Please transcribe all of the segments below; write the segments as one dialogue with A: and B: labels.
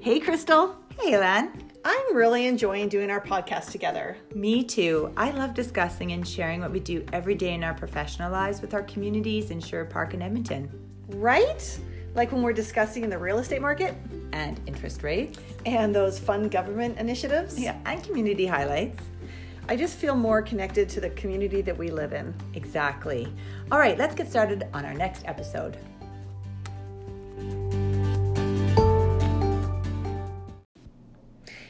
A: Hey, Crystal.
B: Hey, Elan.
A: I'm really enjoying doing our podcast together.
B: Me too. I love discussing and sharing what we do every day in our professional lives with our communities in Sure Park and Edmonton.
A: Right? Like when we're discussing the real estate market
B: And interest rates.
A: and those fun government initiatives.
B: Yeah, and community highlights.
A: I just feel more connected to the community that we live in.
B: Exactly. All right, let's get started on our next episode.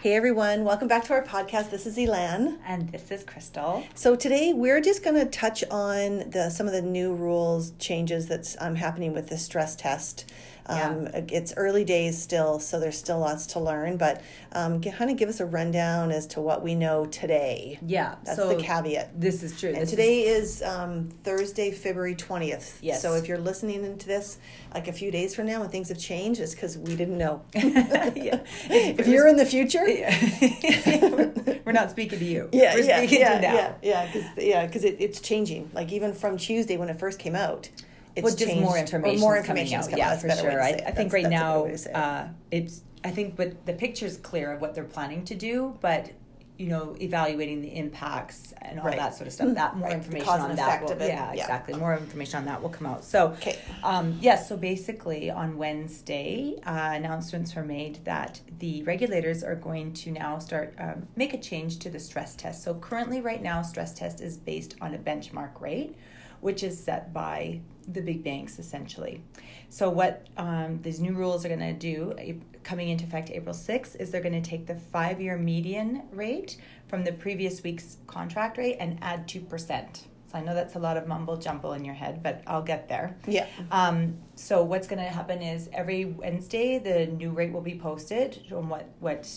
A: Hey, everyone. Welcome back to our podcast. This is Elan.
B: And this is Crystal.
A: So today we're just going to touch on the some of the new rules changes that's um, happening with the stress test. Um, It's early days still, so there's still lots to learn. But um, kind of give us a rundown as to what we know today.
B: Yeah,
A: that's
B: so-
A: the caveat.
B: This is true.
A: And today is, um, Thursday, February 20th.
B: Yes.
A: So if you're listening into this like a few days from now and things have changed, it's because we didn't know.
B: Yeah.
A: If you're in the future,
B: we're, we're not speaking to you.
A: yeah,
B: we're
A: yeah,
B: speaking
A: yeah,
B: to now.
A: yeah, yeah, because it, it's changing. Like even from Tuesday when it first came out, it's
B: well, just
A: changed.
B: more
A: or
B: information.
A: More
B: is coming
A: information
B: out.
A: is coming
B: yeah,
A: out. That's a
B: for
A: better way
B: sure. I,
A: to say it.
B: I think
A: That's-
B: right
A: that's a better
B: now
A: way to say it.
B: uh, it's. I think what the picture's clear of what they're planning to do, but you know, evaluating the impacts and all
A: Right.
B: that sort of stuff. That more
A: Right. The
B: information
A: cause
B: on
A: and
B: that.
A: effect
B: Will,
A: of it.
B: Yeah,
A: Yeah.
B: exactly. More information on that will come out. So,
A: Okay.
B: um, yes. So basically, on Wednesday, uh, announcements were made that the regulators are going to now start um, make a change to the stress test. So currently, right now, stress test is based on a benchmark rate which is set by the big banks essentially. So, what um, these new rules are going to do eh, coming into effect April 6th is they're going to take the five year median rate from the previous week's contract rate and add 2%. So, I know that's a lot of mumble jumble in your head, but I'll get there.
A: yeah,
B: Um, so what's going to happen is every Wednesday the new rate will be posted on what what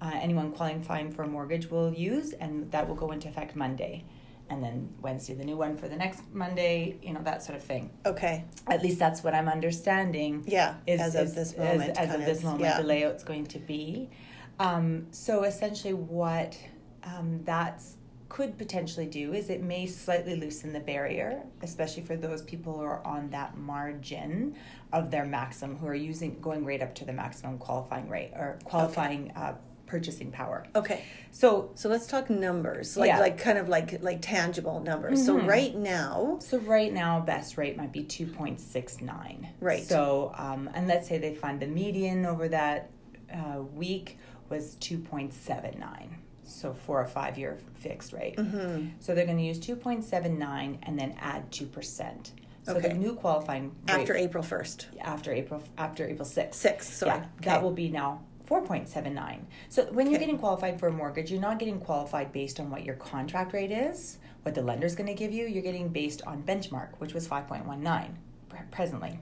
B: uh, anyone qualifying for a mortgage will use, and that will go into effect Monday, and then Wednesday the new one for the next Monday. You know that sort of thing.
A: okay,
B: At least that's what I'm understanding
A: yeah.
B: is,
A: as of
B: is-
A: this
B: is-
A: moment,
B: as
A: kind
B: of this moment,
A: yeah.
B: the layout's going to be. Um, so essentially, what um, that could potentially do is it may slightly loosen the barrier, especially for those people who are on that margin of their maximum, who are using going right up to the maximum qualifying rate or qualifying uh, purchasing power.
A: Okay,
B: So.
A: so let's talk numbers, like
B: Yeah. Mm-hmm.
A: like kind of like like tangible numbers. So right now,
B: So right now, best rate might be two point six nine.
A: Right.
B: So, um, and let's say they find the median over that uh, week was two point seven nine. So for a five year fixed rate.
A: Mm-hmm.
B: So they're going to use two point seven nine and then add two percent. So the
A: Okay.
B: new qualifying rate
A: after April first,
B: after April after April sixth.
A: six. Sorry,
B: Yeah, that
A: Okay.
B: will be now 4.79. So when you're getting qualified for a mortgage, you're not getting qualified based on what your contract rate is, what the lender's going to give you. You're getting based on benchmark, which was 5.19 pre- presently.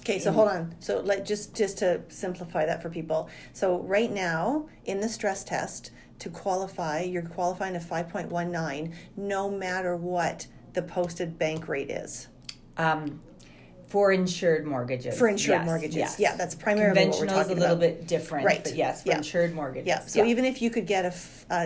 A: Okay, so hold on. So let just just to simplify that for people. So right now in the stress test to qualify, you're qualifying a 5.19 no matter what the posted bank rate is
B: Um, for insured mortgages.
A: for insured
B: Yes,
A: mortgages.
B: yes.
A: Yeah, that's primarily what we're
B: Conventional is a
A: talking
B: little
A: about.
B: bit different,
A: Right.
B: but yes, for
A: Yeah.
B: insured mortgages.
A: Yeah. So even if you could get a, f- a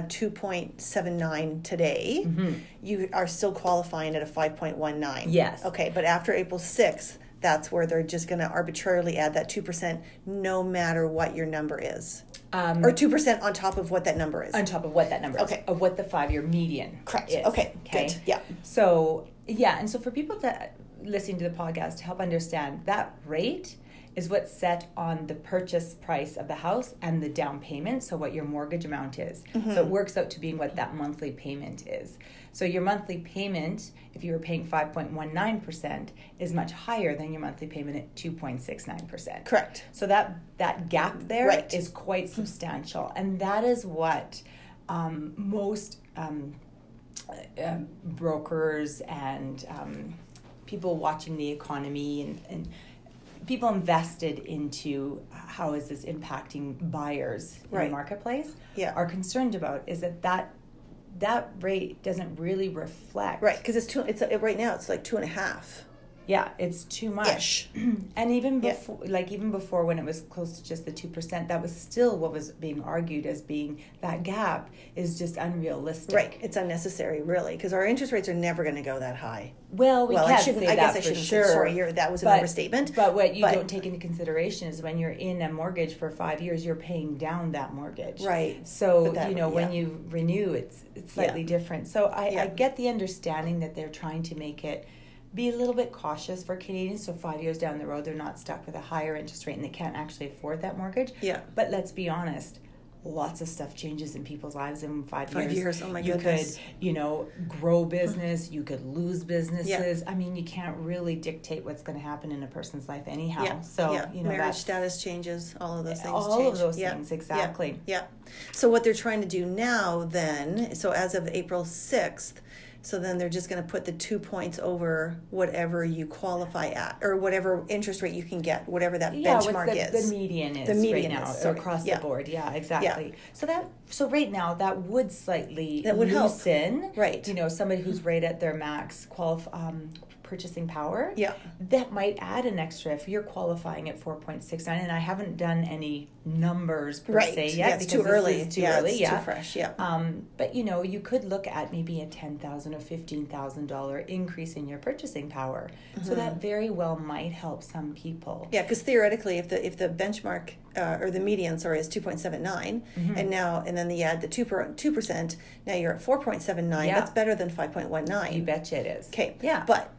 A: 2.79 today,
B: Mm-hmm.
A: you are still qualifying at a 5.19.
B: Yes.
A: Okay, but after April 6th, that's where they're just going to arbitrarily add that 2% no matter what your number is.
B: Um,
A: or 2% on top of what that number is.
B: on top of what that number is,
A: Okay.
B: of what the five year median
A: Correct.
B: is,
A: Okay, good. Yeah.
B: So yeah, and so for people that listening to the podcast to help understand that rate is what's set on the purchase price of the house and the down payment, so what your mortgage amount is. So it works out to being what that monthly payment is. So your monthly payment, if you were paying 5.19%, is much higher than your monthly payment at 2.69%.
A: Correct.
B: So that that gap there is
A: Mm, Right.
B: quite substantial, and that is what um, most um, uh, brokers and um, people watching the economy and, and people invested into uh, how is this impacting buyers in
A: Right.
B: the marketplace
A: Yeah.
B: are concerned about is that that that rate doesn't really reflect
A: Right, because it's two. It's uh, right now. It's like two and a half.
B: Yeah, it's too much.
A: Ish.
B: And even
A: Yeah.
B: before, like even before when it was close to just the two percent, that was still what was being argued as being that gap is just unrealistic.
A: Right. It's unnecessary, really, because our interest rates are never going to go that high.
B: Well, we
A: well,
B: can't
A: I shouldn't.
B: say
A: I
B: that
A: guess I
B: for
A: shouldn't.
B: sure.
A: say Sorry, you're, that was an
B: But-
A: overstatement.
B: But what you
A: But-
B: don't take into consideration is when you're in a mortgage for five years, you're paying down that mortgage.
A: Right.
B: So
A: But that-
B: you know when
A: yeah.
B: you renew, it's it's slightly different. So I,
A: Yeah.
B: I get the understanding that they're trying to make it be a little bit cautious for Canadians, so five years down the road they're not stuck with a higher interest rate and they can't actually afford that mortgage.
A: Yeah.
B: But let's be honest. Lots of stuff changes in people's lives in five,
A: Five
B: years.
A: years, oh my
B: you
A: goodness.
B: could, you know, grow business. You could lose businesses. I mean, you can't really dictate what's going to happen in a person's life anyhow.
A: Yeah.
B: Um, So
A: yeah.
B: you know,
A: marriage
B: that's-
A: status changes. All of those things.
B: All of
A: change.
B: those
A: Yeah.
B: things,
A: Yeah.
B: exactly.
A: Yeah. So what they're trying to do now, then, so as of April sixth, so then they're just going to put the two points over whatever you qualify at, or whatever interest rate you can get, whatever that
B: yeah, what's
A: benchmark
B: the,
A: is.
B: the median is
A: The median
B: right now
A: is, sorry.
B: across
A: Yeah.
B: the board. Yeah, exactly. So that so right now that would slightly
A: That would help.
B: loosen,
A: Right.
B: You know, somebody who's right at their max qualif- um, purchasing power.
A: Yeah.
B: that might add an extra if you're qualifying at four point six nine. And I haven't done any numbers per
A: Right.
B: se yet
A: yeah, it's
B: because
A: too
B: this
A: early.
B: is too
A: yeah,
B: early.
A: It's
B: yeah,
A: Too fresh. Yeah.
B: Um, but you know, you could look at maybe a ten thousand or fifteen thousand dollar increase in your purchasing power. So
A: Mm-hmm.
B: that very well might help some people.
A: Yeah, because theoretically, if the if the benchmark uh, or the median, sorry, is two
B: Mm-hmm.
A: and now and then you add the two two percent, now you're at four point seven nine.
B: Yeah.
A: That's better than five point one
B: You
A: nine.
B: betcha it is.
A: Okay.
B: Yeah.
A: But,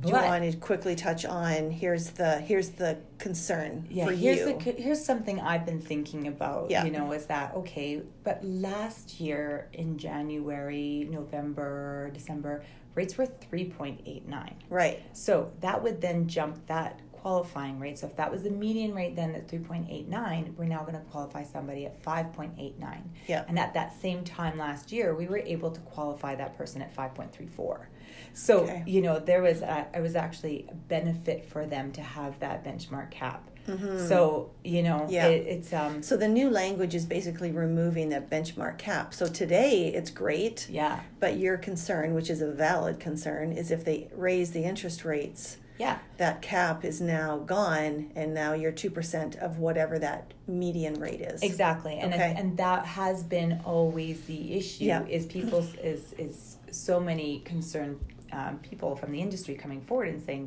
A: do you
B: But-
A: want to quickly touch on? Here's the here's the concern
B: yeah,
A: for
B: here's
A: you.
B: the here's something I've been thinking about.
A: Yeah.
B: You know, is that okay? But last year in January, November, December, rates were three point eight nine.
A: right.
B: So that would then jump that qualifying rate. So if that was the median rate then at 3.89, we're now going to qualify somebody at 5.89.
A: Yeah.
B: And at that same time last year, we were able to qualify that person at 5.34. So,
A: Okay.
B: you know, there was a, it was actually a benefit for them to have that benchmark cap. So, you know,
A: Mm-hmm. Yeah.
B: it, it's um
A: So the new language is basically removing that benchmark cap. So today it's great,
B: yeah.
A: but your concern, which is a valid concern, is if they raise the interest rates.
B: Yeah.
A: that cap is now gone and now you're 2% of whatever that median rate is
B: Exactly, and
A: Okay.
B: and that has been always the issue.
A: Yeah.
B: Is people is is so many concerned um, people from the industry coming forward and saying,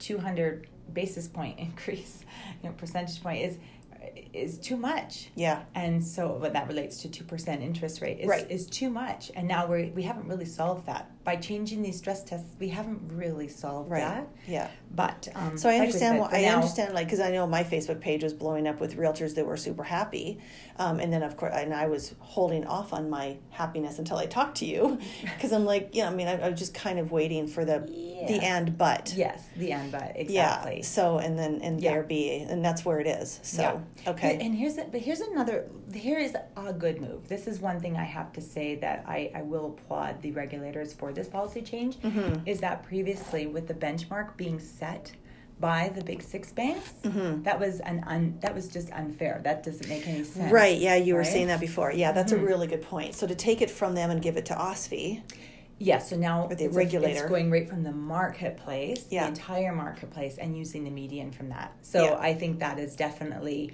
B: two hundred basis point increase, you know, percentage point is is too much.
A: yeah
B: And so when that relates to two percent interest rate is,
A: Right.
B: is too much. And now we we haven't really solved that by changing these stress tests. We haven't really solved
A: right
B: that.
A: yeah
B: But um,
A: so i
B: like we
A: understand
B: said,
A: why
B: for
A: i
B: now-
A: understand like because i know my facebook page was blowing up with realtors that were super happy um, and then of course and i was holding off on my happiness until i talked to you because i'm like yeah i mean I, i'm just kind of waiting for the the
B: Yeah.
A: and but
B: Yes, the end, but exactly.
A: yeah so and then and
B: Yeah.
A: there be and that's where it is so
B: Yeah.
A: okay
B: And- And here's a, but here's another here is a good move. This is one thing I have to say that I, I will applaud the regulators for this policy change
A: Mm-hmm.
B: is that previously with the benchmark being set by the big six banks,
A: Mm-hmm.
B: that was an un, that was just unfair. That doesn't make any sense.
A: Right, yeah, you were
B: right? Hmm.
A: saying that before. Yeah, that's a really good point. So to take it from them and give it to OSFI,
B: Yeah, so now
A: the
B: it's,
A: regulator.
B: it's going right from the marketplace,
A: Yeah.
B: the entire marketplace, and using the median from that. So
A: Yeah.
B: I think that is definitely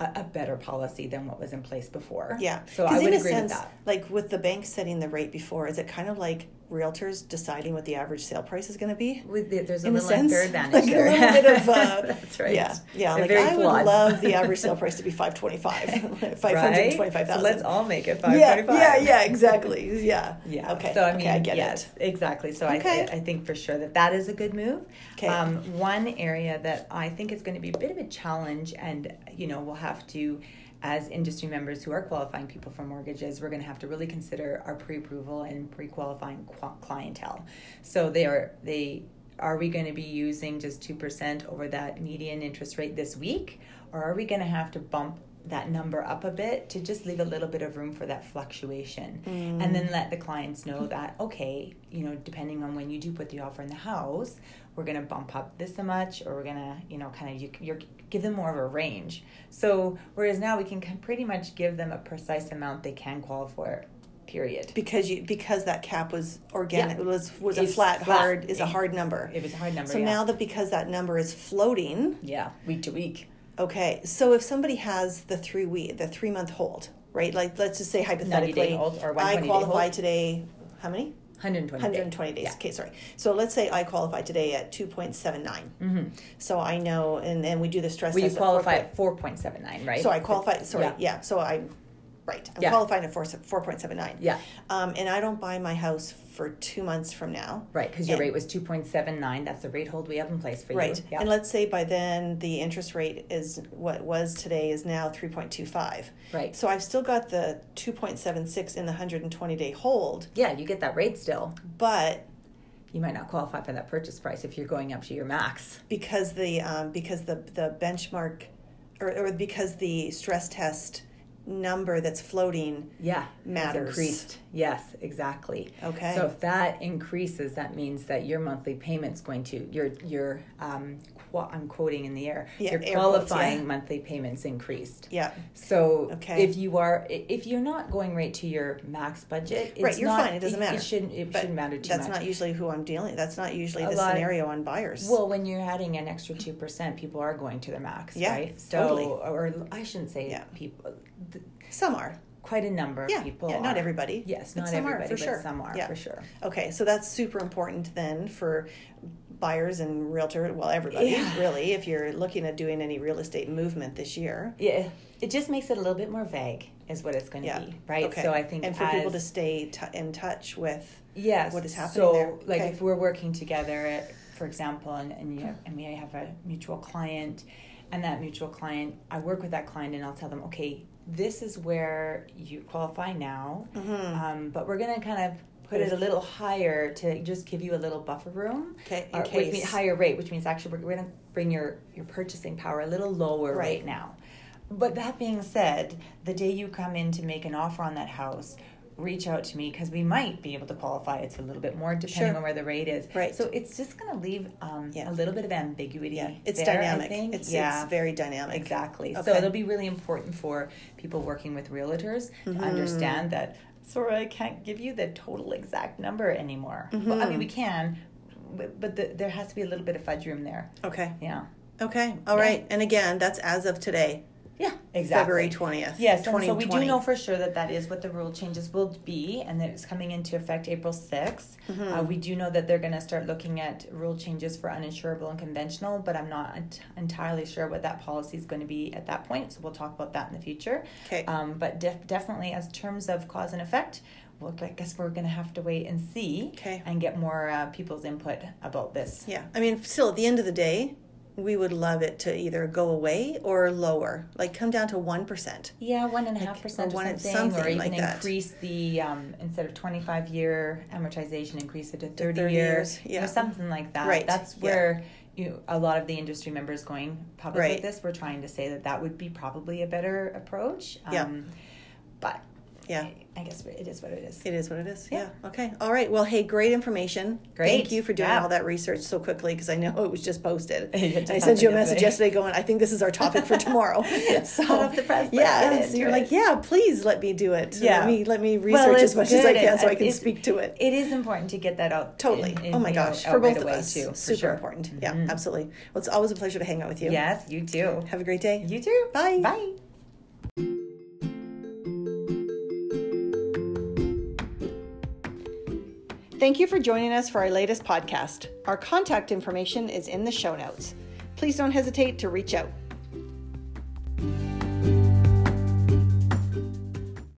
B: a, a better policy than what was in place before.
A: yeah.
B: So I
A: 'Cause
B: would
A: in a
B: agree
A: sense,
B: with that.
A: like with the bank setting the rate before, is it kind of like realtors deciding what the average sale price is going to be?
B: With the, there's a
A: In a
B: little
A: sense,
B: unfair advantage
A: like a
B: there.
A: little bit of uh,
B: That's right.
A: Yeah, yeah.
B: They're
A: Like
B: very
A: I would
B: flawed.
A: love the average sale price to be five twenty five, five hundred twenty five
B: So
A: thousand.
B: let's all make it five
A: yeah,
B: twenty five.
A: yeah, yeah, exactly. Yeah,
B: Yeah.
A: Okay.
B: So I mean,
A: okay, I get
B: yes,
A: it.
B: exactly. So
A: Okay.
B: I, I think for sure that that is a good move.
A: Okay.
B: Um, one area that I think is going to be a bit of a challenge, and you know, we'll have to, as industry members who are qualifying people for mortgages, we're going to have to really consider our pre-approval and pre-qualifying qu- clientele. So they are they. Are we going to be using just 2% over that median interest rate this week? Or are we going to have to bump that number up a bit to just leave a little bit of room for that fluctuation
A: Mm.
B: and then let the clients know that okay you know depending on when you do put the offer in the house we're going to bump up this much or we're going to you know kind of you, you're give them more of a range so whereas now we can kind- pretty much give them a precise amount they can qualify for period.
A: because you because that cap was organic
B: Yeah.
A: was was a
B: It's
A: flat,
B: flat.
A: hard is a hard number.
B: It was a hard number.
A: So
B: yeah.
A: now that because that number is floating,
B: yeah, week to week.
A: okay. So if somebody has the three week the three month hold, right? Like let's just say hypothetically,
B: hold or
A: I
B: 120 day
A: qualify
B: hold.
A: today. How many?
B: 120.
A: 120 days. Okay, sorry. So let's say I qualify today at 2.79.
B: Mm-hmm.
A: So I know, and, and we do the stress
B: Well, you
A: test. at
B: qualify
A: 4.5.
B: at 4.79, right?
A: So I qualify. Sorry, yeah.
B: Yeah.
A: so I'm right. I'm
B: Yeah.
A: qualifying at four four point seven nine.
B: Yeah,
A: Um, and I don't buy my house for two months from now.
B: right, because your
A: And-
B: rate was 2.79. That's the rate hold we have in place for you.
A: Right.
B: Yeah.
A: And let's say by then the interest rate is what was today is now three point two five.
B: right.
A: So I've still got the two point seven six in the hundred and twenty day hold,
B: Yeah, you get that rate still.
A: but
B: You might not qualify for that purchase price if you're going up to your max.
A: because the um, because the the benchmark or, or because the stress test number that's floating
B: Yeah. it's
A: Matters.
B: Increased. Yes, exactly.
A: okay
B: So if that increases, that means that your monthly payment's going to your your um qua- I'm quoting in the air.
A: Yeah,
B: your
A: air quotes,
B: qualifying
A: yeah.
B: monthly payments increased.
A: yeah
B: So
A: Okay.
B: if you are i- if you're not going right to your max budget, it's
A: Right, you're
B: not-
A: fine, it doesn't matter.
B: It shouldn't it
A: But
B: shouldn't matter too
A: that's
B: much.
A: not usually who I'm dealing. That's not usually
B: A
A: the
B: lot-
A: scenario on buyers.
B: well, when you're adding an extra two percent, people are going to their max,
A: Yeah,
B: right? So,
A: totally.
B: or I shouldn't say
A: Yeah.
B: people, th-
A: some are,
B: quite a number
A: yeah,
B: of people.
A: yeah, not
B: are.
A: everybody.
B: Yes,
A: but
B: not
A: some are,
B: everybody,
A: for
B: but
A: sure.
B: some are
A: Yeah.
B: for sure.
A: Okay, so that's super important then for buyers and realtor. Well, everybody
B: Yeah.
A: really. If you're looking at doing any real estate movement this year,
B: Yeah, it just makes it a little bit more vague, is what it's going to
A: Yeah.
B: be, right?
A: Okay.
B: So I think
A: and for people to
B: as-
A: stay t- in touch with,
B: yes,
A: what is happening
B: So
A: there.
B: like
A: Okay.
B: if we're working together, at, for example, and and, you and we have a mutual client, and that mutual client, I work with that client, and I'll tell them, okay, this is where you qualify now,
A: Mm.
B: um, but we're going to kind of. Put it a little higher to just give you a little buffer room,
A: okay, in
B: or,
A: case
B: which means higher rate, which means actually we're going to bring your, your purchasing power a little lower right.
A: Right.
B: now. But that being said, the day you come in to make an offer on that house, reach out to me because we might be able to qualify it for a little bit more depending
A: Sure.
B: on where the rate is.
A: Right.
B: So it's just going to leave um,
A: Yeah.
B: a little bit of ambiguity.
A: yeah, it's
B: there, I
A: dynamic.
B: think.
A: It's
B: yeah.
A: it's very dynamic.
B: Exactly. So
A: Okay.
B: it'll be really important for people working with realtors to understand that sorry, I can't give you the total exact number anymore. Well, I mean, we can, but, but the, there has to be a little bit of fudge room there.
A: Okay.
B: Yeah.
A: Okay. All
B: Yeah.
A: right. And again, that's as of today,
B: Yeah. Exactly.
A: February twentieth.
B: Yes, and
A: twenty
B: so we
A: twenty.
B: do know for sure that that is what the rule changes will be, and that it's coming into effect April 6th.
A: Mm-hmm.
B: Uh, we do know that they're going to start looking at rule changes for uninsurable and conventional, but I'm not ent- entirely sure what that policy is going to be at that point, so we'll talk about that in the future.
A: Okay.
B: Um, but def- definitely, as terms of cause and effect, well, I guess we're going to have to wait and see
A: Okay.
B: and get more uh, people's input about this.
A: Yeah, I mean, still at the end of the day, we would love it to either go away or lower, like come down to one percent.
B: Yeah, one and a half
A: Like,
B: percent or
A: or one-
B: something, or
A: something
B: even
A: like that.
B: increase the um, instead of twenty five year amortization, increase it to thirty,
A: 30
B: years,
A: years, yeah.
B: or something like that.
A: Right,
B: That's
A: yeah.
B: where you a lot of the industry members going public
A: Right.
B: with this. We're trying to say that that would be probably a better approach. um,
A: Yeah.
B: but
A: Yeah,
B: I guess it is what it is.
A: it is what it is. Yeah.
B: Yeah.
A: Okay. All right. Well, hey, great information. Thank
B: Great.
A: you for doing
B: Yeah.
A: all that research so quickly because I know it was just posted.
B: It just
A: And I
B: happened
A: sent you a message
B: yesterday.
A: yesterday going, I think this is our topic for tomorrow. So
B: Hot off the press, let's get
A: Yeah. So
B: into
A: you're
B: it.
A: like, yeah, please let me do it.
B: Yeah.
A: Let me let me research
B: Well,
A: as
B: it's
A: much as I
B: good.
A: can
B: It's-
A: so I can
B: it's-
A: speak to it.
B: It is important to get that out.
A: Totally.
B: in- in,
A: oh my
B: you know,
A: gosh.
B: out
A: for
B: right
A: both of
B: away
A: us.
B: too. for
A: Super
B: sure. Mm-hmm.
A: important. Yeah, absolutely. Well, it's always a pleasure to hang out with you.
B: Yes, you too.
A: Have a great day.
B: You too.
A: Bye.
B: Bye.
A: Thank you for joining us for our latest podcast. Our contact information is in the show notes. Please don't hesitate to reach out.